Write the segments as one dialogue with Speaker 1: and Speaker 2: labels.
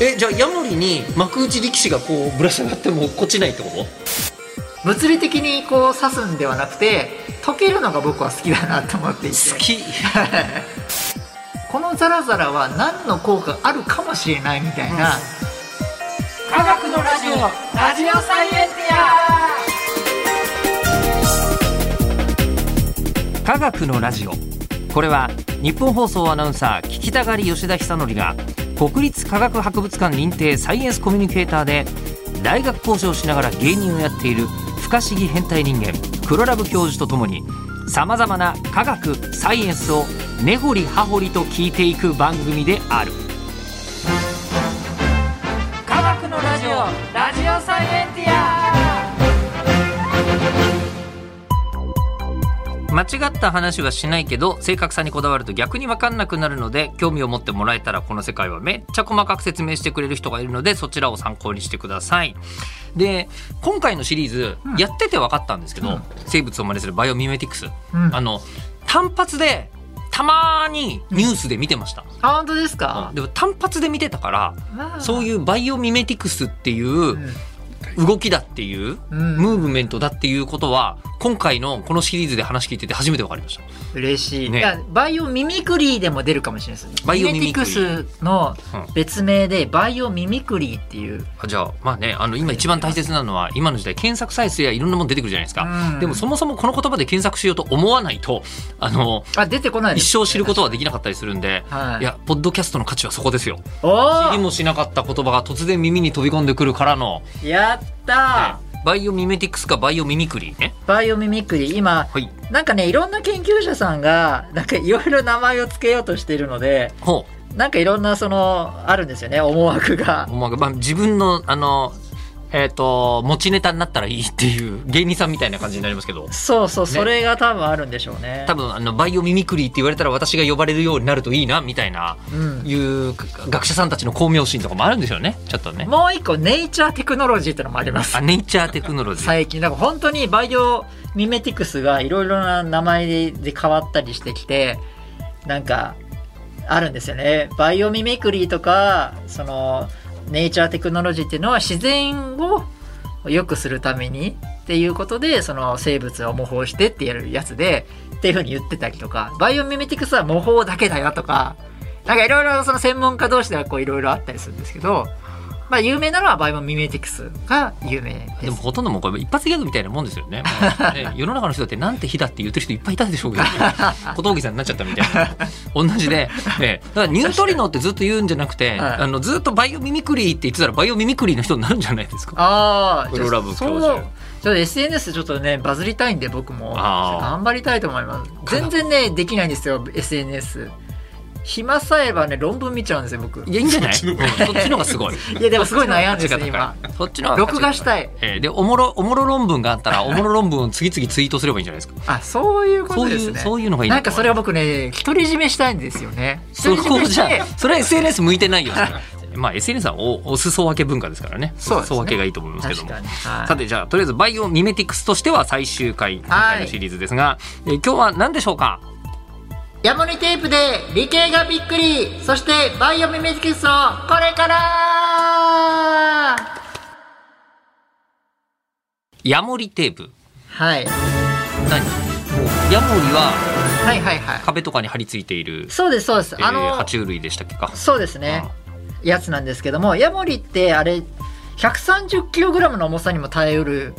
Speaker 1: えじゃあヤモリに幕内力士がこうぶら下がっても落っこちないってこと
Speaker 2: 物理的にこう刺すんではなくて溶けるのが僕は好きだなと思っていて
Speaker 1: 好き
Speaker 2: このザラザラは何の効果あるかもしれないみたいな、科学のラジオラジオサイエンテ
Speaker 1: 科学のラジオこれは日本放送アナウンサー聞きたがり吉田久典が国立科学博物館認定サイエンスコミュニケーターで大学講師をしながら芸人をやっている不可思議変態人間黒ラブ教授とともにさまざまな科学サイエンスを根掘り葉掘りと聞いていく番組である科学のラジオラジオサイエンティア間違った話はしないけど正確さにこだわると逆に分かんなくなるので興味を持ってもらえたらこの世界はめっちゃ細かく説明してくれる人がいるのでそちらを参考にしてくださいで今回のシリーズ、
Speaker 2: うん
Speaker 1: やってて分かったんですけど、
Speaker 2: うん
Speaker 1: 生物を真似するバイオミメティクス、
Speaker 2: うん
Speaker 1: あの単発でたまーにニュースで見てました、
Speaker 2: あ本当ですか、
Speaker 1: でも単発で見てたからそう
Speaker 2: い
Speaker 1: いうバイオミメティクスっていう動きだっていう、
Speaker 2: うん
Speaker 1: ムーブメントだっていうことは今回のこのシリーズで話聞いてて初めて分かりました
Speaker 2: 嬉しい、
Speaker 1: ね
Speaker 2: いやバイオミミクリーでも出るかもしれないです
Speaker 1: バイオミ
Speaker 2: ミ
Speaker 1: ミ
Speaker 2: ネ
Speaker 1: ク
Speaker 2: テ
Speaker 1: リ
Speaker 2: ィク
Speaker 1: ー
Speaker 2: スの
Speaker 1: うん
Speaker 2: 別名でバイオミミクリーっていう、
Speaker 1: あじゃあまあねあの今一番大切なのは今の時代検索サイトやいろんなもの出てくるじゃないですか、
Speaker 2: うん
Speaker 1: でもそもそもこの言葉で検索しようと思わないとあの
Speaker 2: あ出てこないで
Speaker 1: 一
Speaker 2: す
Speaker 1: 生知ることはできなかったりするんで、
Speaker 2: はい
Speaker 1: いやポッドキャストの価値はそこですよ知り
Speaker 2: お
Speaker 1: もしなかった言葉が突然耳に飛び込んでくるからの、
Speaker 2: おやったー、
Speaker 1: ねバイオミメティクスかバイオミミクリーね
Speaker 2: バイオミミクリー今
Speaker 1: はい
Speaker 2: なんかねいろんな研究者さんがなんかいろいろ名前を付けようとしているので
Speaker 1: ほう
Speaker 2: なんかいろんなそのあるんですよね思惑が
Speaker 1: お前がまあ、自分のあのえっ、と持ちネタになったらいいっていう芸人さんみたいな感じになりますけど
Speaker 2: そうそう、それが多分あるんでしょうね
Speaker 1: 多分あのバイオミミクリーって言われたら私が呼ばれるようになるといいなみたいな
Speaker 2: うん
Speaker 1: いう学者さんたちの巧妙心とかもあるんでしょうねちょっとね
Speaker 2: もう一個ネイチャーテクノロジーってのもあります
Speaker 1: あネイチャーテクノロジー、
Speaker 2: 最近なんか本当にバイオミメティクスがいろいろな名前で変わったりしてきてなんかあるんですよねバイオミメクリーとかそのネイチャーテクノロジーっていうのは自然を良くするためにっていうことでその生物を模倣してってやるやつでっていうふうに言ってたりとかバイオミメティクスは模倣だけだよとかなんかいろいろその専門家同士ではこういろいろあったりするんですけどまあ有名なのはバイオミメティクスが有名です
Speaker 1: でもほとんどもうこれ一発ギャグみたいなもんですよね もうね世の中の人だってなんて日だって言ってる人いっぱいいたでしょうけど、ね、小峠さんになっちゃったみたいな同じで、ね、だからニュートリノってずっと言うんじゃなくて、
Speaker 2: はい
Speaker 1: あのずっとバイオミミクリーって言ってたらバイオミミクリーの人になるんじゃないですか
Speaker 2: ああ、
Speaker 1: プロラブ
Speaker 2: じゃあ
Speaker 1: 教授
Speaker 2: そうちょっと SNS ちょっとねバズりたいんで僕も
Speaker 1: あー
Speaker 2: 頑張りたいと思います
Speaker 1: かな
Speaker 2: 全然ねできないんですよ SNS 暇さえばね論文見ちゃうんですよ僕
Speaker 1: いや、いいんじゃない。
Speaker 3: そっちの
Speaker 1: うんそっちの方がすごい。
Speaker 2: いやでもすごい悩んでるんですよ今
Speaker 1: そっちの方が
Speaker 2: 録画
Speaker 1: し。
Speaker 2: したい
Speaker 1: えーで、おもろ、おもろ論文があ ったら、おもろ論文を次々ツイートすればいいんじゃないですか。
Speaker 2: あそういう
Speaker 1: そ
Speaker 2: こと
Speaker 1: う
Speaker 2: で
Speaker 1: い
Speaker 2: す
Speaker 1: う、
Speaker 2: ね
Speaker 1: そういうのがいい
Speaker 2: なんかそれは
Speaker 1: は。
Speaker 2: 僕ね独り占めしたいんですよね
Speaker 1: そ
Speaker 2: 独り占
Speaker 1: こ
Speaker 2: め
Speaker 1: じ
Speaker 2: して
Speaker 1: ゃ、それは S. N. S. 向いて ないよ。それはまあ、S. N. S. はお、お裾分け文化ですからね。
Speaker 2: そうですね
Speaker 1: お裾分けがいいと思いますけど
Speaker 2: 確
Speaker 1: も
Speaker 2: か。に、はい
Speaker 1: さてじゃあとりあえずバイオミメティクスとしては最終回今回のシリーズですが、えー今日は何でしょうか
Speaker 2: ヤモリテープで理系がびっくりそしてバイオミメティクスをこれから
Speaker 1: ヤモリテープ
Speaker 2: はい
Speaker 1: 何もうヤモリは
Speaker 2: はいはいはい
Speaker 1: 壁とかに張り付いている、
Speaker 2: そうですそうです、
Speaker 1: えー
Speaker 2: あの
Speaker 1: 爬虫類でしたっけか
Speaker 2: そうですね、やつなんですけどもヤモリってあれ 130kg の重さにも耐えうる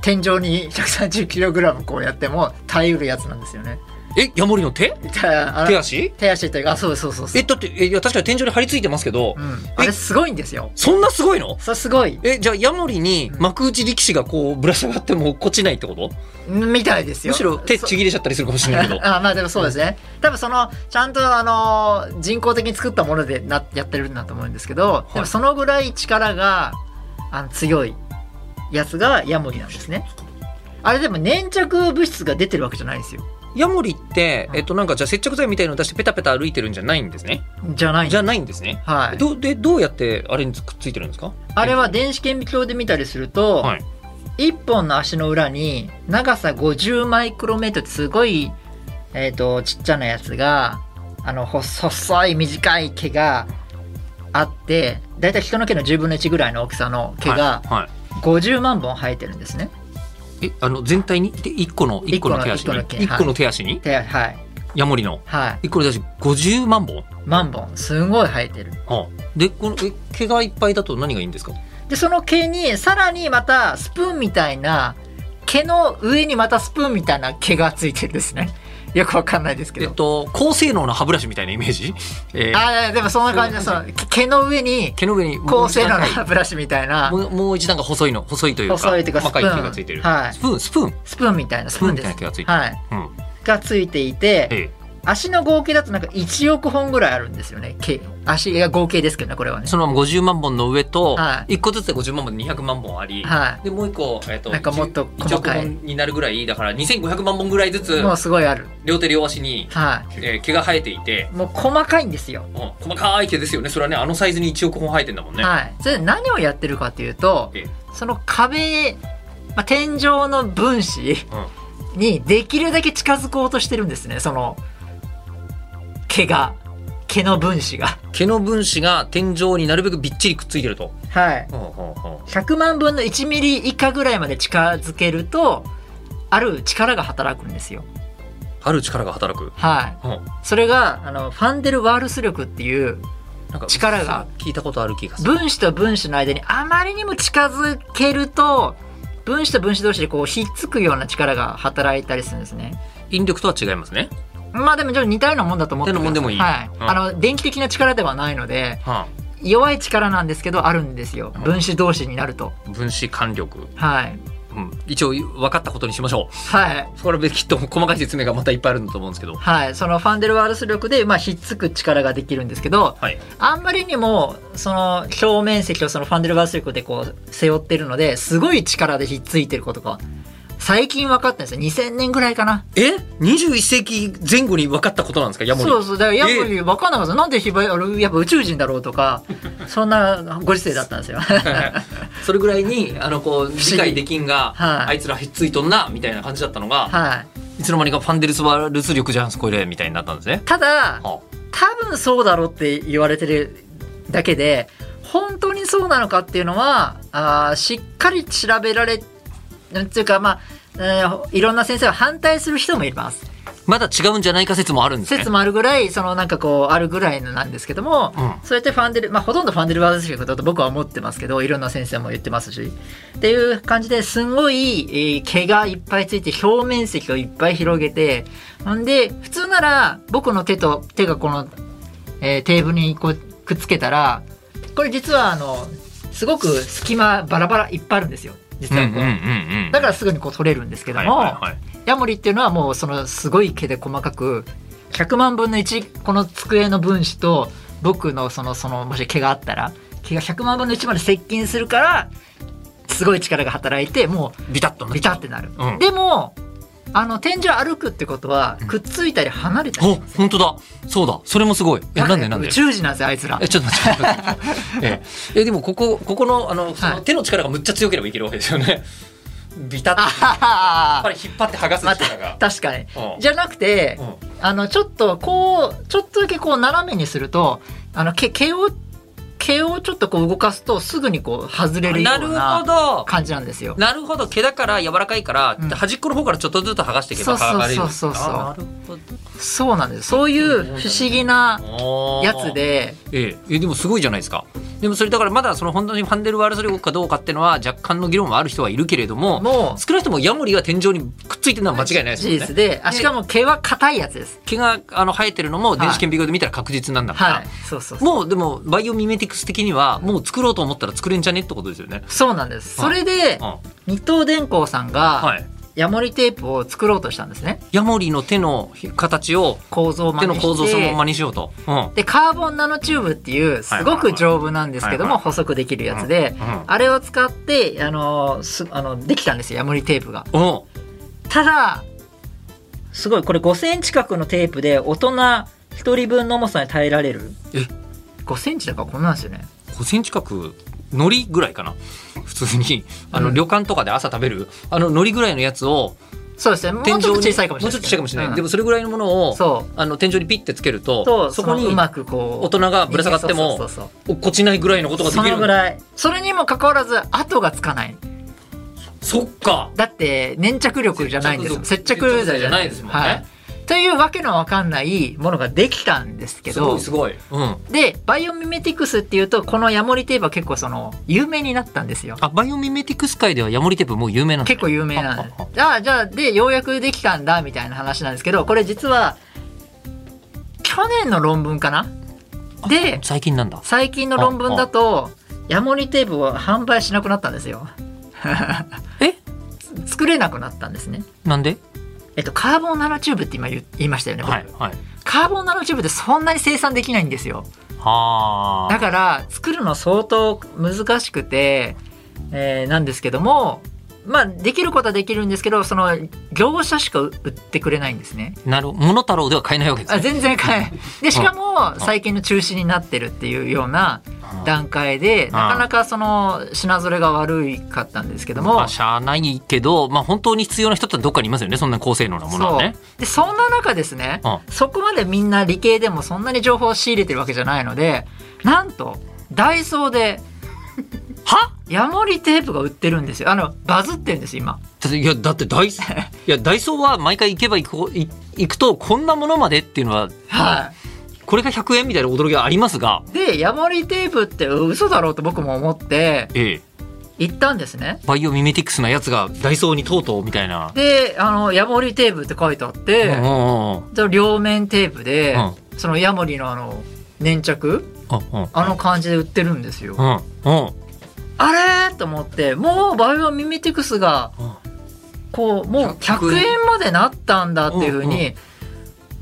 Speaker 2: 天井に 130kg こうやっても耐えうるやつなんですよね
Speaker 1: えヤモリの手
Speaker 2: じゃああの
Speaker 1: 手足
Speaker 2: 手足というかあそうそうそうそう
Speaker 1: え、だって、え、いや、確かに天井に張り付いてますけど、
Speaker 2: うん、あれすごいんですよ
Speaker 1: そんなすごいの
Speaker 2: それすごい
Speaker 1: え、じゃあ、ヤモリに幕内力士がこう、ぶら下がっても落っこちないってこと
Speaker 2: みたいですよ
Speaker 1: むしろ手ちぎれちゃったりするかもしれないけど。
Speaker 2: あまあでもそうですね、多分そのちゃんとあのー人工的に作ったものでなやってるんだと思うんですけど
Speaker 1: い
Speaker 2: でもそのぐらい力があの強いやつがヤモリなんですねあれでも粘着物質が出てるわけじゃないんですよ
Speaker 1: ヤモリって、えっと、なんか、じゃあ接着剤みたいのを出してペタペタ歩いてるんじゃないんですね。
Speaker 2: じゃないん
Speaker 1: じ
Speaker 2: で
Speaker 1: ゃないんですね。
Speaker 2: はい、
Speaker 1: ど、で、どうやってあれにくっついてるんですか
Speaker 2: あれは電子顕微鏡で見たりすると、
Speaker 1: はい
Speaker 2: 1本の足の裏に長さ50マイクロメートルってすごい、えー、とちっちゃなやつがあのほ細い短い毛があって大体人の毛の10分の1ぐらいの大きさの毛
Speaker 1: は
Speaker 2: が
Speaker 1: いはい
Speaker 2: 50万本生えてるんですね。
Speaker 1: えあの全体にで一個の一個の手足
Speaker 2: 一個
Speaker 1: に
Speaker 2: の毛
Speaker 1: 一個の手足に
Speaker 2: 手はい
Speaker 1: ヤモリの
Speaker 2: はい
Speaker 1: 一個の手足50万本、
Speaker 2: 万本すごい生えてる。
Speaker 1: はあ、でこのえ毛がいっぱいだと何がいいんですか
Speaker 2: でその毛にさらにまたスプーンみたいな毛の上にまたスプーンみたいな毛がついてるんですね。よくわかんないですけ
Speaker 1: え
Speaker 2: ど。
Speaker 1: っと高性能な歯ブラシみたいなイメージ、えー
Speaker 2: あーでもそんな感じでその毛の上に
Speaker 1: 毛の上に
Speaker 2: 高性能な歯ブラシみたいな
Speaker 1: もうもう一段が細いの細いというか
Speaker 2: 細いというかス
Speaker 1: 細
Speaker 2: プ
Speaker 1: かい毛がついて
Speaker 2: ーン、
Speaker 1: る、
Speaker 2: はい
Speaker 1: ス、プーンスプーン
Speaker 2: スプーンみたいな
Speaker 1: スプーンみ
Speaker 2: で
Speaker 1: たいな。
Speaker 2: す
Speaker 1: 毛がついてる、
Speaker 2: はい、
Speaker 1: うん
Speaker 2: がついていて、
Speaker 1: え
Speaker 2: 足の合計だとなんか1億本ぐらいあるんですよね毛足が合計ですけどねこれは
Speaker 1: え
Speaker 2: ね
Speaker 1: そのまま50万本の上と
Speaker 2: はい
Speaker 1: 一個ずつで50万本で200万本あり、
Speaker 2: は
Speaker 1: でもう一個、えっと
Speaker 2: なんかもっと
Speaker 1: 1
Speaker 2: 細
Speaker 1: 億
Speaker 2: かい
Speaker 1: 本になるぐらいだから2500万本ぐらいず
Speaker 2: い
Speaker 1: つ
Speaker 2: もうすごいある
Speaker 1: 両手両足に、
Speaker 2: は
Speaker 1: えー毛が生えていて、
Speaker 2: いもう細かいんですよ、
Speaker 1: うん細かい毛ですよねそれはねあのサイズに1億本生えてんだもんね、
Speaker 2: はいそれで何をやってるかというと
Speaker 1: え
Speaker 2: その壁、まあ、天井の分子にできるだけ近づこうとしてるんですねその毛が毛の分子が
Speaker 1: え毛の分子が天井になるべくびっちりくっついてると、
Speaker 2: はい
Speaker 1: ほうほうほう
Speaker 2: 100万分の1ミリ以下ぐらいまで近づけるとある力が働くんですよ
Speaker 1: ある力が働く、
Speaker 2: はい
Speaker 1: うん
Speaker 2: それがあのファンデルワールス力っていう
Speaker 1: なんか
Speaker 2: 力が
Speaker 1: 聞いたことある気がする
Speaker 2: 分子と分子の間にあまりにも近づけると分子と分子同士でこうひっつくような力が働いたりするんですね
Speaker 1: 引力とは違いますね、
Speaker 2: まあでもちょっと似たようなもんだと思ってくださ
Speaker 1: 似たようなもんでもいい
Speaker 2: はい
Speaker 1: うん
Speaker 2: あの電気的な力ではないので
Speaker 1: は
Speaker 2: 弱い力なんですけどあるんですよ
Speaker 1: うん
Speaker 2: 分子同士になると
Speaker 1: あ、分子間力、
Speaker 2: はい
Speaker 1: うん、一応分かったことにしましょ
Speaker 2: はいう
Speaker 1: そこれきっと細かい説明がまたいっぱいあるんだと思うんですけど
Speaker 2: はいそのファンデルワールス力で、まあ、ひっつく力ができるんですけど
Speaker 1: はい
Speaker 2: あんまりにもその表面積をそのファンデルバース力でこう背負ってるのですごい力でひっついてることが最近分かったんですよ2000年ぐらいかな
Speaker 1: え21世紀前後に分かったことなんですかヤモリ
Speaker 2: そうそうだからやっぱり分かんなかったなんでひばあのやっぱ宇宙人だろうとかそんなご時世だったんですよ
Speaker 1: それぐらいにあのこう
Speaker 2: 議
Speaker 1: 理解できんが、
Speaker 2: はい
Speaker 1: あいつらひっついとんなみたいな感じだったのが、
Speaker 2: は
Speaker 1: い、
Speaker 2: い
Speaker 1: つの間にかファンデルスワルス力じゃんこれみたいになったんですね。
Speaker 2: ただ
Speaker 1: は
Speaker 2: 多分そうだろうって言われてるだけで本当にそうなのかっていうのはあーしっかり調べられなんていうかまあ、えーいろんな先生は反対する人もいます
Speaker 1: あまだ違うんじゃないか説もあるんですね。
Speaker 2: 説もあるぐらいそのなんかこうあるぐらいのなんですけども、
Speaker 1: うん
Speaker 2: そうやってファンデルまあほとんどファンデルバーズ力だと僕は思ってますけどいろんな先生も言ってますしっていう感じですんごい、えー毛がいっぱいついて表面積をいっぱい広げてほんで普通なら僕の手と手がこの、えーテーブルにこうくっつけたらこれ実はあのすごく隙間バラバラいっぱいあるんですよ実
Speaker 1: うんうん
Speaker 2: はこう、
Speaker 1: うんうん。
Speaker 2: だからすぐにこう取れるんですけども、
Speaker 1: はいはいはい
Speaker 2: ヤモリっていうのはもうそのすごい毛で細かく100万分の1この机の分子と僕のそのそのもし毛があったら毛が100万分の1まで接近するからすごい力が働いても
Speaker 1: ビタッと
Speaker 2: う
Speaker 1: な
Speaker 2: ビタってなる。
Speaker 1: うん。
Speaker 2: でもあの天井歩くってことはくっついたり離れたり
Speaker 1: お本当だそうだそれもすごいえなんでなんで
Speaker 2: 宇宙人なんですよあいつら
Speaker 1: えちょっと待って待って待って えええでもここここのあのそ
Speaker 2: は
Speaker 1: の
Speaker 2: い
Speaker 1: 手の力がむっちゃ強ければいけるわけですよね。ビタッと
Speaker 2: あ
Speaker 1: や
Speaker 2: はは
Speaker 1: っぱり引っ張って剥がす
Speaker 2: ま
Speaker 1: 力が
Speaker 2: た。確かに
Speaker 1: うん
Speaker 2: じゃなくて
Speaker 1: うん
Speaker 2: あのちょっとこうちょっとだけこう斜めにするとあの毛毛を毛をちょっとこう動かすとすぐにこう外れるよ
Speaker 1: な
Speaker 2: う
Speaker 1: るほ
Speaker 2: な
Speaker 1: ど
Speaker 2: 感じなんですよ。
Speaker 1: なるほど毛だから柔らかいから、
Speaker 2: うん
Speaker 1: 端っこの方からちょっとずつ剥がしていけば
Speaker 2: そうそう
Speaker 1: 剥がれる
Speaker 2: そうそうそ
Speaker 1: あ
Speaker 2: う
Speaker 1: なるほ
Speaker 2: そうなんです。そういう不思議な
Speaker 1: ど
Speaker 2: やつ、で、
Speaker 1: えええでもすごいじゃないですかでもそれだからまだその本当にファンデルワールス力かどうかっていうのは若干の議論はある人はいるけれども
Speaker 2: もう
Speaker 1: 少なくともヤモリが天井にくっついてるのは間違いないです
Speaker 2: 事
Speaker 1: もんね
Speaker 2: 実で、あ
Speaker 1: で
Speaker 2: しかも毛は硬いやつです。
Speaker 1: 毛があの生えてるのも電子顕微鏡で見たら確実なんだから、
Speaker 2: はい、そうそうそう。
Speaker 1: もうでもバイオミメティクス的にはもう作ろうと思ったら作れんじゃねってことですよね。
Speaker 2: そうなんです。それで
Speaker 1: うん
Speaker 2: 二等電工さんが
Speaker 1: はい、
Speaker 2: ヤモリテープを作ろうとしたんですね。
Speaker 1: ヤモリの手の形を
Speaker 2: 構造を真
Speaker 1: 手の
Speaker 2: 似して
Speaker 1: 構造そのままにしようと。うん
Speaker 2: でカーボンナノチューブっていうすごく丈夫なんですけど
Speaker 1: はいはいは
Speaker 2: も
Speaker 1: い
Speaker 2: 補足できるやつで
Speaker 1: うん
Speaker 2: あれを使ってあのすあのできたんですよヤモリテープが
Speaker 1: うん
Speaker 2: ただすごいこれ5センチ角のテープで大人1人分の重さに耐えられる
Speaker 1: え
Speaker 2: 5センチだからこんなんですよね
Speaker 1: 5センチ角海苔ぐらいかな普通にあの、
Speaker 2: うん
Speaker 1: 旅館とかで朝食べるあの海苔ぐらいのやつを
Speaker 2: そうですねもうちょ
Speaker 1: 天
Speaker 2: っ
Speaker 1: 井に
Speaker 2: と小さいかもしれ
Speaker 1: もう
Speaker 2: ない
Speaker 1: ちょっと小さいかもしれない、
Speaker 2: うん
Speaker 1: でもそれぐらいのものを
Speaker 2: そ
Speaker 1: あの天井にピッてつける
Speaker 2: う
Speaker 1: と
Speaker 2: と
Speaker 1: そこに
Speaker 2: のうまくこう
Speaker 1: 大人がぶら下がっても
Speaker 2: そうそう
Speaker 1: 落
Speaker 2: そう
Speaker 1: っこちないぐらいのこと
Speaker 2: そう
Speaker 1: ができ
Speaker 2: その
Speaker 1: る
Speaker 2: ぐらいそれにもかかわらず跡がつかない
Speaker 1: そっか
Speaker 2: だって粘着力じゃないんですよ接着剤じゃない
Speaker 1: 接着剤じゃないですもんね
Speaker 2: はいというわけのわかんないものができたんですけ
Speaker 1: すご
Speaker 2: ど
Speaker 1: いすごい、うん、
Speaker 2: でバイオミメティクスっていうとこのヤモリテープは結構その有名になったんですよ
Speaker 1: あバイオミメティクス界ではヤモリテープもう有名なんです
Speaker 2: 結構有名なんですああじゃあでようやくできたんだみたいな話なんですけどこれ実は去年の論文かなで
Speaker 1: 最近なんだ
Speaker 2: 最近の論文だとヤモリテープを販売しなくなったんですよ
Speaker 1: え
Speaker 2: 作れなくなったんですね
Speaker 1: なんで
Speaker 2: えっとカーボンナノチューブって今言う言いましたよね、僕
Speaker 1: はいはい
Speaker 2: カーボンナノチューブってそんなに生産できないんですよ
Speaker 1: は
Speaker 2: だから作るの相当難しくて、えーなんですけどもまあできることはできるんですけどその業者しか売ってくれないんですね
Speaker 1: あなるモノタロウでは買えないわけです
Speaker 2: あ
Speaker 1: ね
Speaker 2: 全然買え ないでしかも最近の中止になってるっていうような段階で
Speaker 1: ん
Speaker 2: なかなかその品ぞれが悪いかったんですけど
Speaker 1: ま
Speaker 2: も
Speaker 1: あ、しゃあないけど、まあ、本当に必要な人ってどっかにいますよねそんな高性能なものはね
Speaker 2: そうでそんな中ですね、
Speaker 1: う
Speaker 2: そこまでみんな理系でもそんなに情報を仕入れてるわけじゃないのでなんとダイソーで
Speaker 1: は
Speaker 2: ヤモリテープが売ってるんですよあのバズってるんです今
Speaker 1: だっていやだってダイソー いやダイソーは毎回行けば行くほい行くとこんなものまでっていうのは
Speaker 2: は
Speaker 1: これが100円みたいな驚きはありますが
Speaker 2: いでヤモリテープって嘘だろうと僕も思って
Speaker 1: ええ
Speaker 2: 行ったんですね
Speaker 1: バイオミメティクスなやつがダイソーにとうとうみたいな、
Speaker 2: であのヤモリテープって書いてあって、
Speaker 1: うんうんうん
Speaker 2: で両面テープで、
Speaker 1: う
Speaker 2: そのヤモリのあの粘着
Speaker 1: うんうん
Speaker 2: あの感じで売ってるんですよ、
Speaker 1: うんうん
Speaker 2: あれと思ってもうバイオミミティクスがこうもう
Speaker 1: 100
Speaker 2: 100円までなったんだっていうふうに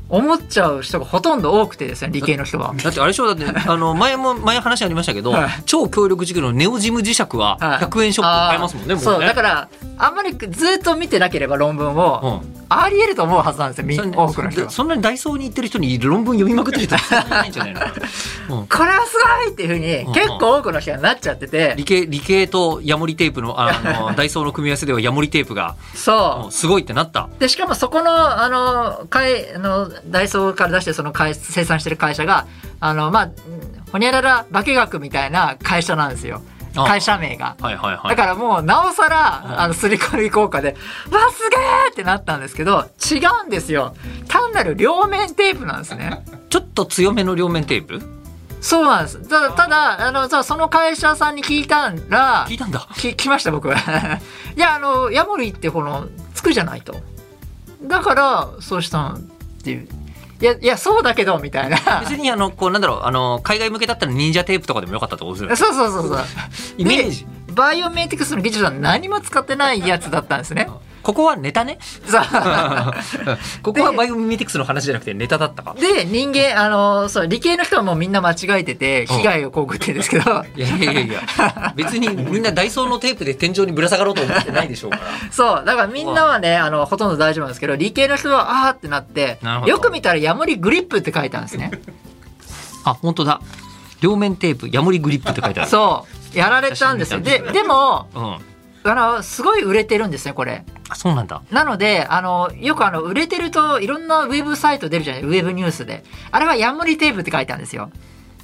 Speaker 2: 思っちゃう人がほとんど多くてですね理系の人は。
Speaker 1: だってあれでしょだってあの前も前話ありましたけど、
Speaker 2: はい
Speaker 1: 超強力軸のネオジム磁石は
Speaker 2: はい
Speaker 1: 100円ショップで買えますもんね、
Speaker 2: あー
Speaker 1: も
Speaker 2: そうう
Speaker 1: ね
Speaker 2: だからあんまりずっと見てなければ論文を、
Speaker 1: うん
Speaker 2: ありえると思うはずなんですよみ
Speaker 1: それね
Speaker 2: 多くの人
Speaker 1: そ
Speaker 2: が。
Speaker 1: そんなにダイソーに行ってる人に論文読みまくってる 人はそんなにいないんじゃないのかな、うん
Speaker 2: これはすごいっていうふうに結構多くの人がなっちゃってて、
Speaker 1: 理系理系とヤモリテープのああ のダイソーの組み合わせではヤモリテープがも
Speaker 2: そう
Speaker 1: すごいってなった
Speaker 2: うでしかもそこのあの会あのダイソーから出してるその会生産してる会社があのまあほにゃらら化学みたいな会社なんですよ
Speaker 1: あ
Speaker 2: 会社名が。
Speaker 1: はいはいは
Speaker 2: だ
Speaker 1: い
Speaker 2: からもうなおさ
Speaker 1: はい
Speaker 2: らあのすり込み効果で「わすげえ!」ってなったんですけど違うんですよ単なる両面テープなんですね。
Speaker 1: ちょっと強めの両面テープ
Speaker 2: そうなんです。ただ、ただ、あの、そうその会社さんに聞いたら
Speaker 1: 聞、いたんだ
Speaker 2: き、聞きました、僕 は。いや、あの、ヤモリってこの、つくじゃないと。だから、そうしたんっていう。いや、いや、そうだけど、みた いな。
Speaker 1: 別にあのこうなんだろうあの海外向けだったら忍者テープとかでもよかったってことですよね
Speaker 2: そうそうそうそう。
Speaker 1: イメージ
Speaker 2: でバイオメティクスの技術は何も使ってないやつだったんで すね。
Speaker 1: ここはネタ ね
Speaker 2: そう。
Speaker 1: ここはバイオミメティクスの話じゃなくてネタだったか
Speaker 2: で、人間、あの、そう、理系の人はもうみんな間違えてて、被害を被ってるんですけど、
Speaker 1: いやいやいやいや別にみんなダイソーのテープで天井にぶら下がろうと思ってないでしょうから
Speaker 2: そう、だからみんなはね、あの、ほとんど大丈夫なんですけど、理系の人は、あーってなって
Speaker 1: なるほ、ど
Speaker 2: よく見たらヤモリグリップって書いてあるんです ね。
Speaker 1: あ本当だ両面テープヤモリグリップって書いてある
Speaker 2: そう、やられたんですよ。で、でも、
Speaker 1: う、ん、
Speaker 2: あの、すごい売れてるんですね、これ。
Speaker 1: あそうなんだ
Speaker 2: なので、あの、よくあの、売れてると、いろんなウェブサイト出るじゃない、ウェブニュースで。あれはヤモリテープって書いてあるんですよ。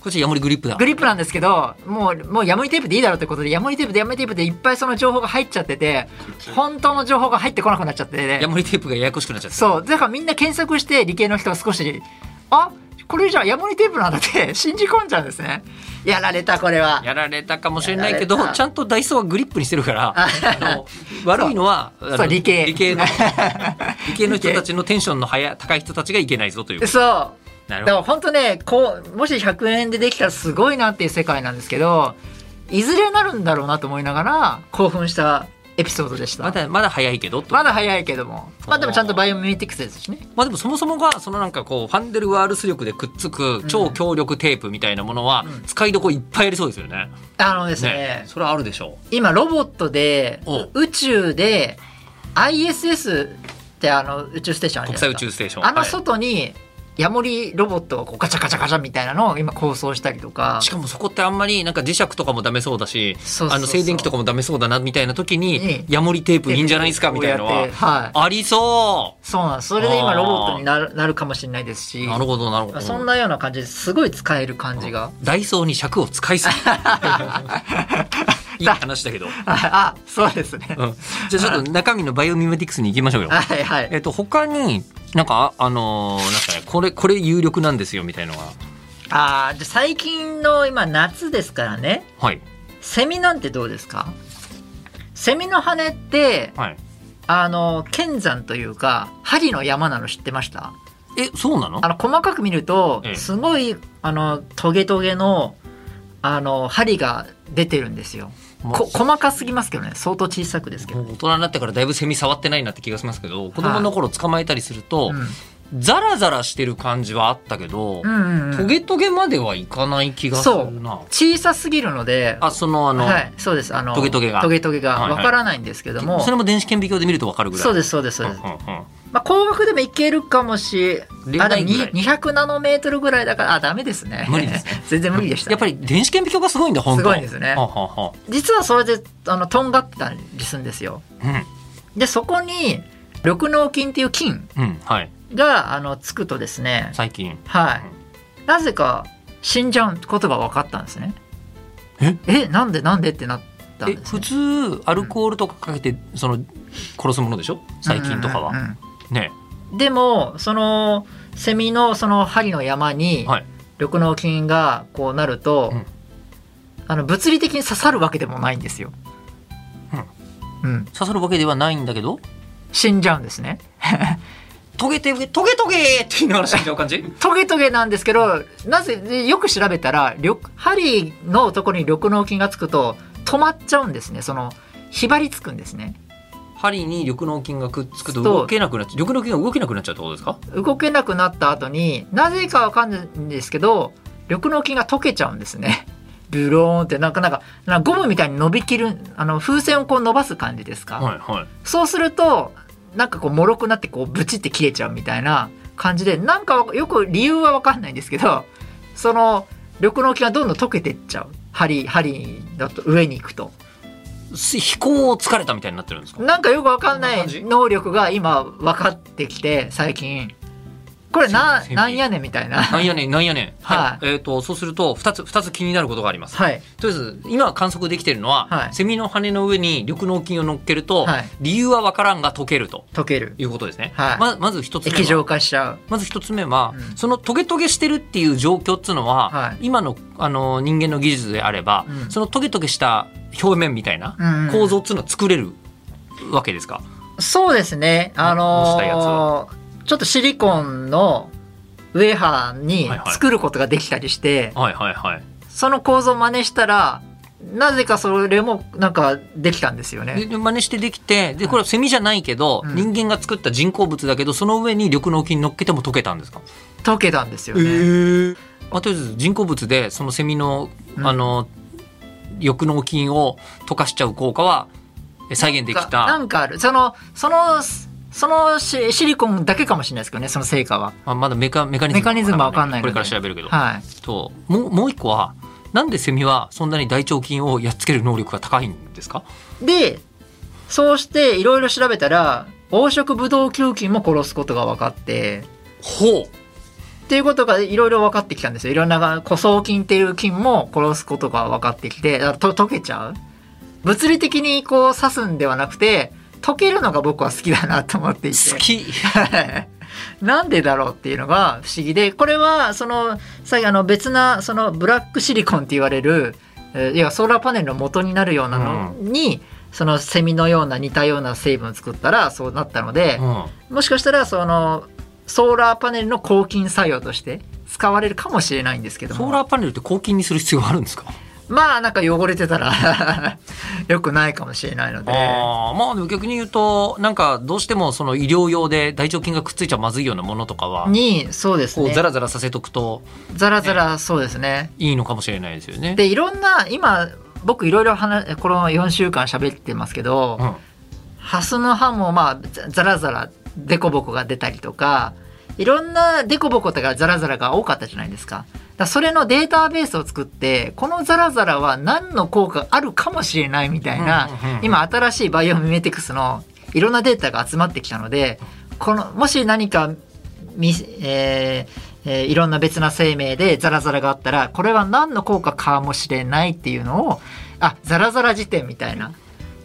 Speaker 1: こっちヤモリグリップだ
Speaker 2: グリップなんですけど、もう、もうヤモリテープでいいだろうってことで、ヤモリテープでヤモリテープでいっぱいその情報が入っちゃってて、本当の情報が入ってこなくなっちゃってて、
Speaker 1: ヤモリテープがややこしくなっちゃった
Speaker 2: そうだからみんな検索して理系の人は少しあこれじゃあヤモリテープなんだって 信じ込んじゃうんですねやられたこれは
Speaker 1: やられたかもしれないけ
Speaker 2: やら
Speaker 1: ど
Speaker 2: れた
Speaker 1: ちゃんとダイソーはグリップにしてるからあの悪いのはあ
Speaker 2: そ
Speaker 1: の
Speaker 2: う理系
Speaker 1: 理系 の理系の人たちのテンションの早い高い人たちがいけないぞということ
Speaker 2: そう
Speaker 1: な
Speaker 2: だ
Speaker 1: る
Speaker 2: か
Speaker 1: ほど
Speaker 2: ら本当ねこうもし100円でできたらすごいなっていう世界なんですけどいずれなるんだろうなと思いながら興奮したエピソードでした
Speaker 1: まだまだ早いけどと
Speaker 2: まだ早いけどもまあでもちゃんとバイオミメティクスですしね
Speaker 1: まあでもそもそもがそのなんかこうファンデルワールス力でくっつく超強力テープみたいなものは
Speaker 2: うん
Speaker 1: 使いどころいっぱいありそうですよね。
Speaker 2: あのですね
Speaker 1: ねそれはあるでしょ
Speaker 2: 今ロボットで
Speaker 1: お
Speaker 2: 宇宙で ISS ってあの宇宙ステーションあ
Speaker 1: う。国
Speaker 2: るじゃ
Speaker 1: 際宇
Speaker 2: ないですか
Speaker 1: 宙ステーション。
Speaker 2: あの
Speaker 1: はい
Speaker 2: 外にヤモリロボットをこうガチャガチャガチャみたいなのを今構想したりとか
Speaker 1: しかもそこってあんまりなんか磁石とかもダメそうだし
Speaker 2: そうそうそう
Speaker 1: あの静電気とかもダメそうだなみたいな時に
Speaker 2: ね
Speaker 1: ヤモリテープいいんじゃないですかみたいなの
Speaker 2: こう
Speaker 1: は
Speaker 2: やってはい
Speaker 1: ありそ
Speaker 2: そうなんですそれで今ロボットになるなるかもしれないです
Speaker 1: う
Speaker 2: し
Speaker 1: なるほどなるほど
Speaker 2: そんなような感じですごい使える感じが
Speaker 1: ダイソーに尺を使いすぎいい話だけど、うん
Speaker 2: ああそうですね
Speaker 1: じゃあちょっと中身のバイオミメティクスに行きましょうよ
Speaker 2: はいはい
Speaker 1: えっと他になんかああのーなんすかねこれこれ有力なんですよみたいのが
Speaker 2: あーじゃあ最近の今夏ですからね
Speaker 1: はい
Speaker 2: セミなんてどうですかセミの羽って
Speaker 1: はい
Speaker 2: あの剣山というか針の山なの知ってました
Speaker 1: えそうなの
Speaker 2: あの細かく見ると
Speaker 1: ええ
Speaker 2: すごいあのトゲトゲのあの針が出てるんですよ
Speaker 1: まあ
Speaker 2: こ細かすぎますけどね相当小さくですけ
Speaker 1: も
Speaker 2: ど、
Speaker 1: う大人になってからだいぶセミ触ってないなって気がしますけど子供の頃捕まえたりすると、
Speaker 2: うん、うん
Speaker 1: ザラザラしてる感じはあったけど、
Speaker 2: うんう
Speaker 1: ト
Speaker 2: ん
Speaker 1: ゲトゲまではいかない気がするな
Speaker 2: 小さすぎるので
Speaker 1: あそのあの、
Speaker 2: はいそうですあの
Speaker 1: トゲトゲが
Speaker 2: トゲトゲが
Speaker 1: はいはい
Speaker 2: わからないんですけども、
Speaker 1: それも電子顕微鏡で見るとわかるぐらい
Speaker 2: そう
Speaker 1: で
Speaker 2: ですそうですそうです、
Speaker 1: んうんうん
Speaker 2: まあ高額でもいけるかもし
Speaker 1: れ
Speaker 2: あ
Speaker 1: な
Speaker 2: で
Speaker 1: い
Speaker 2: も
Speaker 1: ぐ
Speaker 2: に
Speaker 1: らい
Speaker 2: 200ナノメートルぐらいだからあダメですね
Speaker 1: 無理ですね
Speaker 2: 全然無理でしたね、
Speaker 1: やっぱり電子顕微鏡がすごいんだ本当
Speaker 2: すごいんですね
Speaker 1: はあはあは
Speaker 2: 実はそれであのとんがってたりするんですよ
Speaker 1: あ
Speaker 2: でそこに緑膿菌っていう菌
Speaker 1: うんうんはい
Speaker 2: があのつくとですね
Speaker 1: 最近
Speaker 2: はいなぜか死んじゃうことが分かったんですね
Speaker 1: え
Speaker 2: なんでなんでってなった
Speaker 1: え
Speaker 2: んです、
Speaker 1: 普
Speaker 2: ね、
Speaker 1: 通アルコールとかかけてその殺すものでしょ細菌とか
Speaker 2: うんう
Speaker 1: は
Speaker 2: んうん
Speaker 1: ね
Speaker 2: うんでもそのセミのその針の山に
Speaker 1: はい
Speaker 2: 緑膿菌がこうなると、
Speaker 1: うん
Speaker 2: あの物理的に刺さるわけでもないんですよ、うん、
Speaker 1: 刺さるわけではないんだけど
Speaker 2: 死んじゃうんですね
Speaker 1: トゲトゲトゲトゲーって言いながら死んじゃう感じ
Speaker 2: トゲトゲなんですけどなぜでよく調べたら緑針のところに緑膿菌がつくと止まっちゃうんですねそのひばりつくんですね
Speaker 1: 針に緑膿菌がくっつくと
Speaker 2: そう
Speaker 1: 動けなくなっちゃう緑膿菌が動けなくなっちゃうってことですか
Speaker 2: 動けなくなった後になぜかわかんないんですけど緑膿菌が溶けちゃうんですねブローンってなんかなんかなんかゴムみたいに伸びきるあの風船をこう伸ばす感じですか、
Speaker 1: はいはい
Speaker 2: そうするとなんかこう脆くなってこうブチって切れちゃうみたいな感じでなんかわよく理由は分かんないんですけどその緑膿菌がどんどん溶けてっちゃう針針だと上に行くと
Speaker 1: す飛行を疲れたみたいになってるんですか
Speaker 2: なんかよく分かんな
Speaker 1: こんな感じ
Speaker 2: い能力が今分かってきて最近これな
Speaker 1: セミ
Speaker 2: なんやねんみたいな
Speaker 1: な
Speaker 2: は
Speaker 1: んやねんなんやねんは、
Speaker 2: はい
Speaker 1: えっ、とそうすると2つ二つ気になることがあります
Speaker 2: い
Speaker 1: とりあえず今観測できているのは、
Speaker 2: はい
Speaker 1: セミの羽の上に緑膿菌を乗っけると、
Speaker 2: はい
Speaker 1: 理由は分からんが溶けると
Speaker 2: 溶ける
Speaker 1: いうことですね、
Speaker 2: はい
Speaker 1: ままず一つ
Speaker 2: 液
Speaker 1: 目
Speaker 2: 状
Speaker 1: は
Speaker 2: 化しちゃう
Speaker 1: まず一つ目は、
Speaker 2: うん
Speaker 1: そのトゲトゲしてるっていう状況っていうのは、
Speaker 2: はい
Speaker 1: 今のあの人間の技術であれば、
Speaker 2: うん
Speaker 1: そのトゲトゲした表面みたいな
Speaker 2: うんうん
Speaker 1: 構造っていうのは作れるわけですか、
Speaker 2: そうですね。あ
Speaker 1: 蒸したやつ
Speaker 2: のーちょっとシリコンのウェハーに
Speaker 1: はいはい
Speaker 2: 作ることができたりして、
Speaker 1: はいはいはい
Speaker 2: その構造を真似したら、なぜかそれもなんかできたんですよ
Speaker 1: で
Speaker 2: ね。
Speaker 1: で真似してできてでこれはセミじゃないけど、
Speaker 2: うん
Speaker 1: 人間が作った人工物だけどその上に緑膿菌乗っけても溶けたんですか、
Speaker 2: 溶けたんですよね。
Speaker 1: まあ、とりあえず人工物でそのセミの、
Speaker 2: うん
Speaker 1: あの緑膿菌を溶かしちゃう効果はえ再現でき
Speaker 2: な
Speaker 1: た、
Speaker 2: んかある。その、その、そのシシリコンだけかもしれないですけどね、その成果は。
Speaker 1: まあ、まだメカメカニズム
Speaker 2: メカニズムはわかんない
Speaker 1: これ
Speaker 2: ので
Speaker 1: から調べるけど、
Speaker 2: はい。
Speaker 1: ともうもう一個はなんでセミはそんなに大腸菌をやっつける能力が高いんですか
Speaker 2: でそうしていろいろ調べたら黄色ブドウ球菌も殺すことが分かって
Speaker 1: ほう
Speaker 2: っていうことがいろいろ分かってきたんですよいろんな古層菌っていう菌も殺すことが分かってきてだと溶けちゃう物理的にこう刺すんではなくて溶けるのが僕は好きだなと思っていて
Speaker 1: 好き
Speaker 2: なんでだろうっていうのが不思議でこれはそのさあの別なそのブラックシリコンって言われるえーいやソーラーパネルの元になるようなのに、そのセミのような似たような成分を作ったらそうなったので
Speaker 1: う、ん
Speaker 2: もしかしたらそのソーラーパネルの抗菌作用として使われるかもしれないんですけども
Speaker 1: ソーラーパネルって抗菌にする必要があるんですか
Speaker 2: まあなんか汚れてたら よくないかもしれないので。
Speaker 1: あーまあでも逆に言うとなんかどうしてもその医療用で大腸菌がくっついちゃまずいようなものとかは
Speaker 2: にそうです
Speaker 1: こう
Speaker 2: ね
Speaker 1: ザラザラさせとくと
Speaker 2: ザラザラそうですね
Speaker 1: いいのかもしれないですよね。
Speaker 2: でいろんな今僕いろいろ話この4週間喋ってますけど、
Speaker 1: うん、
Speaker 2: ハスの葉もまあざざらざら凸凹が出たりとかいろんなデコボコとかザラザラが多かったじゃないですか。だからそれのデータベースを作って、このザラザラは何の効果あるかもしれないみたいな、
Speaker 1: うんうんうん
Speaker 2: 今新しいバイオミメティクスのいろんなデータが集まってきたので、この、もし何か、みえーえーいろんな別な生命でザラザラがあったら、これは何の効果かもしれないっていうのを、あ、ザラザラ辞典みたいな、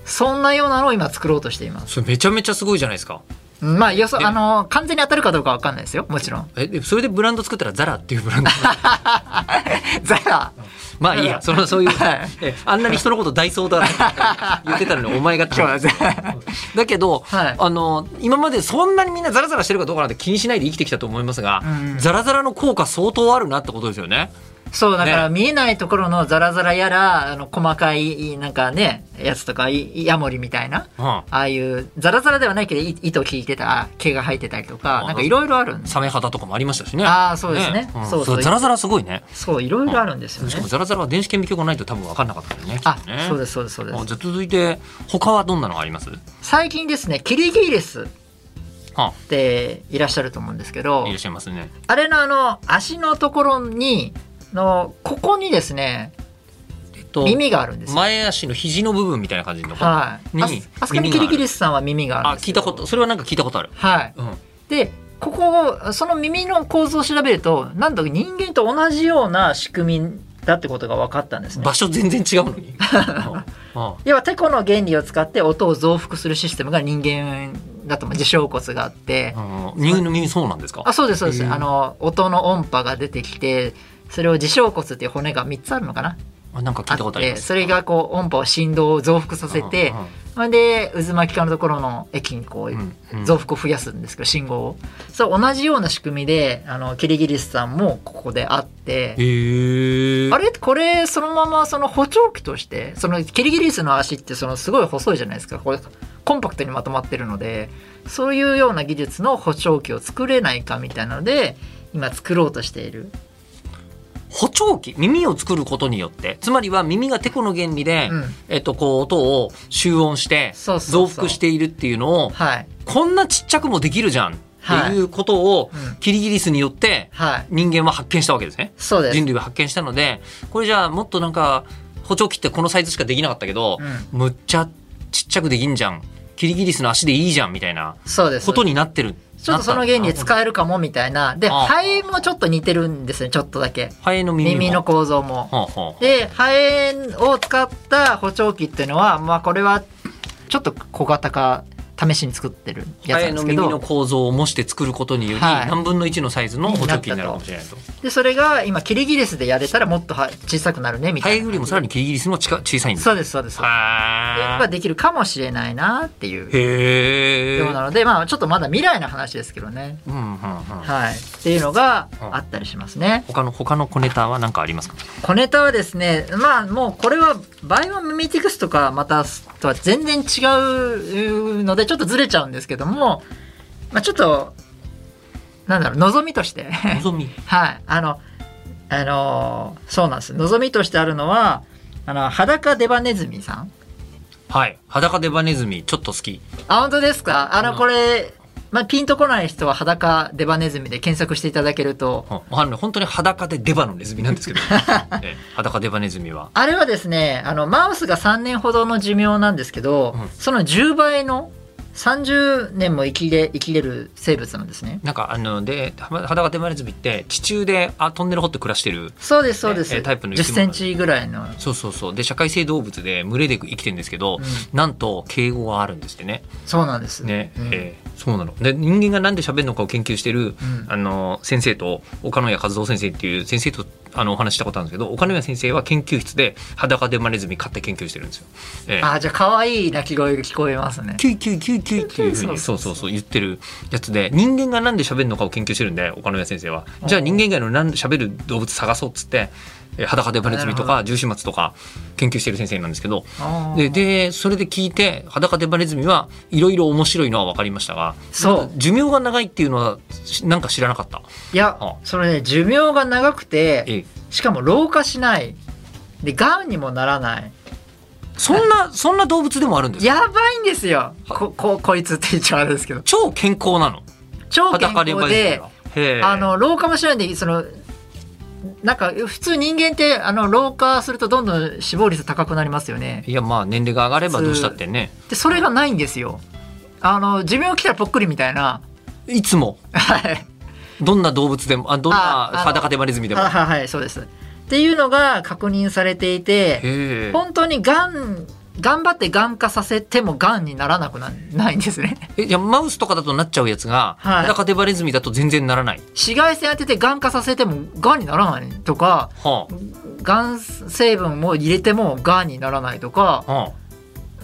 Speaker 2: そんなようなのを今作ろうとしています。
Speaker 1: それめちゃめちゃすごいじゃないですか
Speaker 2: まあ、よそ、
Speaker 1: で
Speaker 2: あの、完全に当たるかどうかわかんないですよ。も ちろん。
Speaker 1: えでそれでブランド作ったらザラっていうブ ランド
Speaker 2: ザラ。
Speaker 1: まあいいやそのそういう
Speaker 2: はい
Speaker 1: えあんなに人のことダイソーだって言ってたのにお前がって
Speaker 2: 今日はザラ。
Speaker 1: だけど、
Speaker 2: はい
Speaker 1: あの今までそんなにみんなザラザラしてるかどうかなんて気にしないで生きてきたと思いますが、
Speaker 2: うん
Speaker 1: ザラザラの効果相当あるなってことですよね。
Speaker 2: そう、だから見えないところのザラザラやら、あの、細かい、なんかね、やつとか、いヤモリみたいな。
Speaker 1: うん
Speaker 2: ああいう、ザラザラではないけど、い糸聞いてた、毛が生えてたりとか、
Speaker 1: あ
Speaker 2: なんかいろいろあるんです。
Speaker 1: サメ肌とかもありましたしね。
Speaker 2: ああそうですね
Speaker 1: ん
Speaker 2: そうそう
Speaker 1: れザラザラすごいね。
Speaker 2: そう、いろいろあるんですよ
Speaker 1: しかも
Speaker 2: ね。
Speaker 1: ザラザラは電子顕微鏡がないと多分分かんなかったよね。
Speaker 2: あ
Speaker 1: きっとね、
Speaker 2: そうです、そうです、そうで
Speaker 1: あ
Speaker 2: す。
Speaker 1: じゃあ続いて他はどんなのがあります？
Speaker 2: 最近ですね、キリギリス
Speaker 1: は
Speaker 2: っていらっしゃると思うんですけど
Speaker 1: いらっ、しゃいますね。
Speaker 2: あれのあの、足のところに、の、ここにですね、
Speaker 1: えっと
Speaker 2: 耳があるんですよ。
Speaker 1: 前足の肘の部分みたいな感じの。
Speaker 2: はい。あ
Speaker 1: 耳
Speaker 2: あそこにキリギリスさんは耳があるん
Speaker 1: あ
Speaker 2: です
Speaker 1: 聞い
Speaker 2: よ
Speaker 1: たことそれはなんか聞いたことある。
Speaker 2: はい。
Speaker 1: うん。
Speaker 2: で、ここを、その耳の構造を調べると、なんと人間と同じような仕組みだってことが分かったんですね
Speaker 1: 場。所全然違う のに。うんうん
Speaker 2: 要はテコの原理を使って音を増幅するシステムが人間だと思う。自小骨があって。
Speaker 1: あの耳の耳そうなんですか？
Speaker 2: あ、そうです、そうです。
Speaker 1: へー
Speaker 2: あの、音の音波が出てきて、それを自小骨っていう骨が3つあるのかな
Speaker 1: あなんか聞いた
Speaker 2: あ
Speaker 1: こ
Speaker 2: っ
Speaker 1: とありま
Speaker 2: て、
Speaker 1: す。
Speaker 2: それがこう音波を振動を増幅させて
Speaker 1: うん、うん
Speaker 2: ほんで、渦巻き化のところの液にこう、
Speaker 1: うんうん
Speaker 2: 増幅を増やすんですけど信号をそう同じような仕組みであのキリギリスさんもここであって
Speaker 1: へえ。
Speaker 2: あれこれそのままその補聴器としてそのキリギリスの足ってそのすごい細いじゃないですかこれコンパクトにまとまってるのでそういうような技術の補聴器を作れないかみたいなので今作ろうとしている
Speaker 1: 補聴器耳を作ることによってつまりは耳がテコの原理で、
Speaker 2: うん
Speaker 1: えっと、こう音を集音して
Speaker 2: そうそうそう
Speaker 1: 増幅しているっていうのを
Speaker 2: はい
Speaker 1: こんなちっちゃくもできるじゃんっていうことを、
Speaker 2: はいうん
Speaker 1: キリギリスによって
Speaker 2: はい
Speaker 1: 人間は発見したわけですね
Speaker 2: そうです
Speaker 1: 人類は発見したのでこれじゃあもっとなんか補聴器ってこのサイズしかできなかったけど、
Speaker 2: う
Speaker 1: むっちゃちっちゃくできんじゃんキリギリスの足でいいじゃんみたいな
Speaker 2: そうです
Speaker 1: ことになってる
Speaker 2: ちょっとその原理で使えるかもみたいなで
Speaker 1: ああ
Speaker 2: 肺もちょっと似てるんですねちょっとだけ
Speaker 1: ハエの耳も
Speaker 2: 耳の構造も
Speaker 1: はあはあ
Speaker 2: でハエを使った補聴器っていうのは、まあ、これはちょっと小型化試しに作ってるや
Speaker 1: ハ
Speaker 2: つ
Speaker 1: エ
Speaker 2: なんで
Speaker 1: の
Speaker 2: すけ
Speaker 1: 耳の
Speaker 2: ど
Speaker 1: 構造を模して作ることにより、
Speaker 2: はい
Speaker 1: 何分の1のサイズの補聴器になるかもしれないと。
Speaker 2: でそれが今キリギリスでやれたらもっとは小さくなるねみ
Speaker 1: ハ
Speaker 2: た
Speaker 1: エ
Speaker 2: い
Speaker 1: よ
Speaker 2: な
Speaker 1: りもさらにキリギリスの近小さいんです。
Speaker 2: そうですそうです
Speaker 1: は
Speaker 2: ができるかもしれないなってい
Speaker 1: ー
Speaker 2: う
Speaker 1: へえ。
Speaker 2: ようなので、まあ、ちょっとまだ未来の話ですけどね、
Speaker 1: うんうんうん。
Speaker 2: はい、っていうのが
Speaker 1: うん
Speaker 2: あったりしますね。
Speaker 1: 他の他の小ネタは何かありますか。
Speaker 2: 小ネタはですねまあもうこれはバイオミメティクスとかまたとは全然違うのでちょっとずれちゃうんですけども、まあ、ちょっとなんだろう望みとして
Speaker 1: 望み。
Speaker 2: はいあのあのーそうなんです望みとしてあるのはあの裸デバネズミさん
Speaker 1: はい。裸デバネズミちょっと好き。
Speaker 2: あ本当ですかあ
Speaker 1: う
Speaker 2: の
Speaker 1: ん
Speaker 2: これ、まあ、ピンとこない人は裸デバネズミで検索していただけると
Speaker 1: うんあのね本当に裸でデバのネズミなんですけ ど。ええ裸デバネズミは。
Speaker 2: あれはですね、あの、マウスが3年ほどの寿命なんですけど、
Speaker 1: うん
Speaker 2: その10倍の30年も生きれ、生きれる生物なんですね。
Speaker 1: なんかあので裸デバネズミって地中であトンネル掘って暮らしてる。
Speaker 2: そうです、そうです。
Speaker 1: ええタイプの生
Speaker 2: 10
Speaker 1: き物
Speaker 2: セ
Speaker 1: なん
Speaker 2: ン
Speaker 1: です
Speaker 2: チぐらいの。
Speaker 1: そうそうそう。で社会性動物で群れで生きてるんですけど、
Speaker 2: う
Speaker 1: なんと敬語があるんですってね。
Speaker 2: そうなんです。
Speaker 1: ね、
Speaker 2: うん
Speaker 1: えーそうなの。で人間がなんで喋るのかを研究してる、
Speaker 2: うん
Speaker 1: あの先生と岡野谷和夫先生っていう先生とあのお話ししたことあるんですけど岡野谷先生は研究室で裸デマネズミ飼って研究してるんですよ。えー
Speaker 2: あ、じゃあ可愛い鳴き声が聞こえます ね。
Speaker 1: キュイキュイキュイキュイっていうふうに
Speaker 2: そ
Speaker 1: そう
Speaker 2: そうそ
Speaker 1: うそうそ
Speaker 2: う
Speaker 1: う言ってるやつで人間がなんで喋るのかを研究してるんで岡野谷先生はじゃあ人間以外のなんで喋る動物探そうっつってえー裸デバネズミと
Speaker 2: な
Speaker 1: か重始末とか研究してる先生なんですけど
Speaker 2: あ
Speaker 1: で
Speaker 2: ー
Speaker 1: でそれで聞いて裸デバネズミはいろいろ面白いのは分かりましたが
Speaker 2: そう
Speaker 1: 寿命が長いっていうのはしなんか知らなかった
Speaker 2: いや
Speaker 1: あ、
Speaker 2: それね、寿命が長くて、
Speaker 1: ええ
Speaker 2: しかも老化しない。で、癌にもならない。
Speaker 1: そんなそんな動物でもあるんですか
Speaker 2: やばいんですよ。こ、こ、こいつって言っちゃあれですけど。
Speaker 1: 超健康なの
Speaker 2: 超健
Speaker 1: 裸デ
Speaker 2: 康
Speaker 1: バネズミ
Speaker 2: で
Speaker 1: は、へえ
Speaker 2: あの老化もしないんでそのなんか普通人間ってあの老化するとどんどん死亡率高くなりますよね
Speaker 1: いやまあ年齢が上がればどうしたってね
Speaker 2: でそれがないんですよあの寿命来たらぽっくりみたいない
Speaker 1: つも
Speaker 2: はい
Speaker 1: どんな動物でもあどんな
Speaker 2: ああの
Speaker 1: 裸でマリズミでも
Speaker 2: あはいはいそうですっていうのが確認されていて
Speaker 1: へえ
Speaker 2: 本当にがん頑張ってがん化させてもがんにならなくなんないんですね
Speaker 1: えじゃあマウスとかだとなっちゃうやつが、
Speaker 2: はい
Speaker 1: 裸でバレズミだと全然ならない、
Speaker 2: 紫外線当ててがん化させてもがんにならないとか
Speaker 1: は
Speaker 2: がん成分を入れてもがんにならないとか
Speaker 1: あはあ、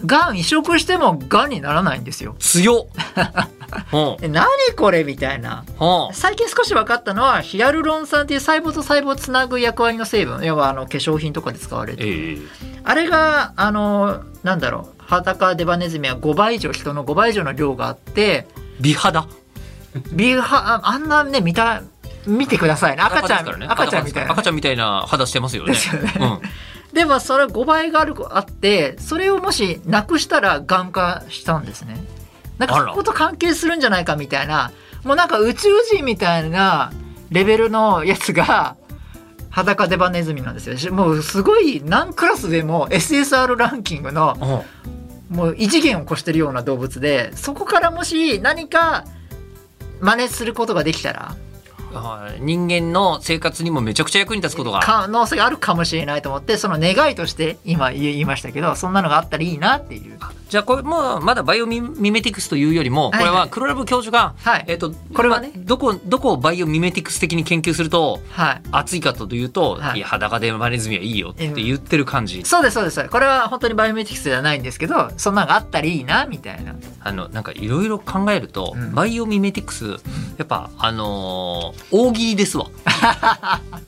Speaker 2: がん移植してもがんにならないんですよ。
Speaker 1: 強っ、は
Speaker 2: え何これみたいな
Speaker 1: あはあ、
Speaker 2: 最近少し分かったのはヒアルロン酸っていう細胞と細胞をつなぐ役割の成分要はあの化粧品とかで使われてる
Speaker 1: ええ
Speaker 2: あれがあのなんだろう裸デバネズミは5倍以上人の5倍以上の量があって
Speaker 1: 美肌
Speaker 2: ビーフハああんなね見た見てくださいね赤ちゃ
Speaker 1: 裸です
Speaker 2: ん、
Speaker 1: からね
Speaker 2: 赤ちゃんみたいな
Speaker 1: 赤ちゃんみたいな肌してますよね
Speaker 2: ですよね
Speaker 1: うん、
Speaker 2: でもそれ5倍があるあってそれをもしなくしたらがん化したんですねなん
Speaker 1: あ
Speaker 2: からそこと関係するんじゃないかみたいなもうなんか宇宙人みたいなレベルのやつが裸デバネズミなんですよしもうすごい何クラスでも SSR ランキングの
Speaker 1: うん
Speaker 2: もう異次元を越してるような動物でそこからもし何か真似することができたら
Speaker 1: あー人間の生活にもめちゃくちゃ役に立つことが
Speaker 2: 可能性があるかもしれないと思ってその願いとして今言い言いましたけどそんなのがあったらいいなっていう。
Speaker 1: じゃあこれもまだバイオミミメティクスというよりもこ
Speaker 2: はいはい
Speaker 1: れは黒ラブ教授が、
Speaker 2: はい
Speaker 1: えっと
Speaker 2: これはね
Speaker 1: まあどこどこをバイオミメティクス的に研究すると
Speaker 2: はい
Speaker 1: 熱いかというと、
Speaker 2: はい
Speaker 1: い、や裸でマネズミはいいよって言ってる感じ、
Speaker 2: そうですそうですこれは本当にバイオメディクスじゃないんですけどそんなのがあったらいいなみたいな
Speaker 1: あのなんかいろいろ考えると、
Speaker 2: うん
Speaker 1: バイオミメティクスやっぱあのー大喜利です わ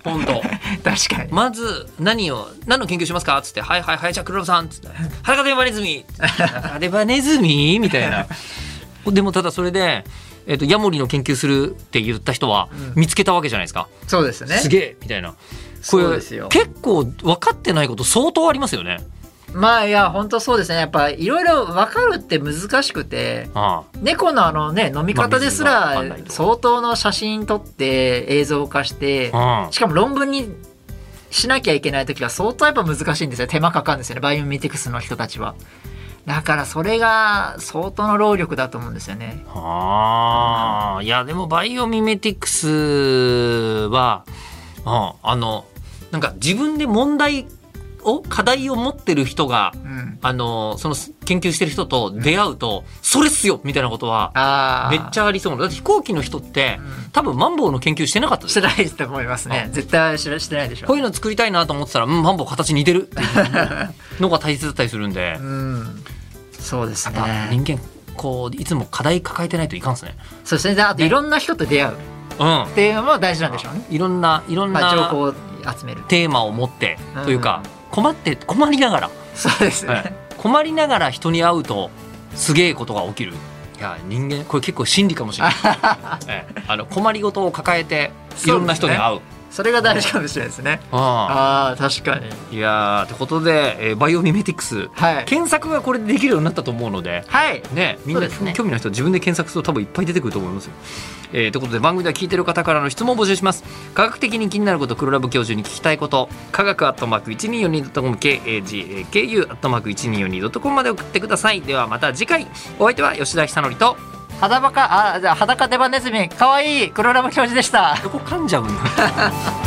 Speaker 1: 本当
Speaker 2: 確かに
Speaker 1: まず何を何の研究しますかっつって「はいはいはいじゃあ黒田さん」っつって「裸でバネズミ」 「裸でバネズミ」みたいなでもただそれで、えっとヤモリの研究するって言った人は
Speaker 2: うん
Speaker 1: 見つけたわけじゃないですか、
Speaker 2: そうですね
Speaker 1: すげえみたいなこれ
Speaker 2: そうですよ
Speaker 1: 結構分かってないこと相当ありますよね
Speaker 2: まあいや本当そうですねやっぱいろいろ分かるって難しくて
Speaker 1: あ
Speaker 2: 猫のあのね飲み方です
Speaker 1: まあ水が分かん
Speaker 2: ら
Speaker 1: ないと
Speaker 2: 相当の写真撮って映像化して
Speaker 1: あ、うん
Speaker 2: しかも論文にしなきゃいけない時は相当やっぱ難しいんですよ手間かかるんですよねバイオメディクスの人たちはだからそれが相当の労力だと思うんですよね
Speaker 1: ああ、いや、でもバイオミメティクスは、ああの、なんか自分で問題を、課題を持ってる人が、
Speaker 2: うん
Speaker 1: あの、その研究してる人と出会うと、それっすよみたいなことは、
Speaker 2: ああ
Speaker 1: めっち
Speaker 2: ゃ、
Speaker 1: ゃありそうな。だって飛行機の人って
Speaker 2: う、ん
Speaker 1: 多分マンボウの研究してなかったで
Speaker 2: し
Speaker 1: す
Speaker 2: て
Speaker 1: よ。
Speaker 2: ないと思いますね。絶対ししてないでしょ。
Speaker 1: こういうの作りたいなと思ってたら、うん、マンボウ形似てるって いうのが大切だったりするんで
Speaker 2: う、ん。そうです
Speaker 1: やっぱ
Speaker 2: ね。
Speaker 1: 人間、こう、いつも課題抱えてないといかんですね。
Speaker 2: そして、ね、あといろんな人と出会うっ
Speaker 1: うん。
Speaker 2: ていうのも大事なんでしょうね。
Speaker 1: いろんな、いろんな、
Speaker 2: まあ、情報を集める。
Speaker 1: テーマを持って
Speaker 2: うん
Speaker 1: というか、困って困りながら、
Speaker 2: そうですね。
Speaker 1: 困りながら人に会うとすげえことが起きるいや人間これ結構心理かもしれない、 ええあの困りごとを抱えていろんな人に会う
Speaker 2: それが大事かもしれないですね。
Speaker 1: あ
Speaker 2: ああ、確か
Speaker 1: あ
Speaker 2: に。
Speaker 1: いやーってことで、えーバイオミメティクス
Speaker 2: はい。
Speaker 1: 検索がこれでできるようになったと思うので
Speaker 2: はい。
Speaker 1: ね、みんな、
Speaker 2: そうですね
Speaker 1: 興味の人は自分で検索すると多分いっぱい出てくると思いますよ。えーということで番組では聞いてる方からの質問を募集します科学的に気になること黒ラブ教授に聞きたいこと科学アットマーク 1242.com KAGAKU アットマーク 1242.com まで送ってくださいではまた次回お相手は吉田久典と
Speaker 2: 裸、あ、じゃあ裸デバネズミ、かわいい黒ラブ教授でした。
Speaker 1: どこ噛んじゃうんだ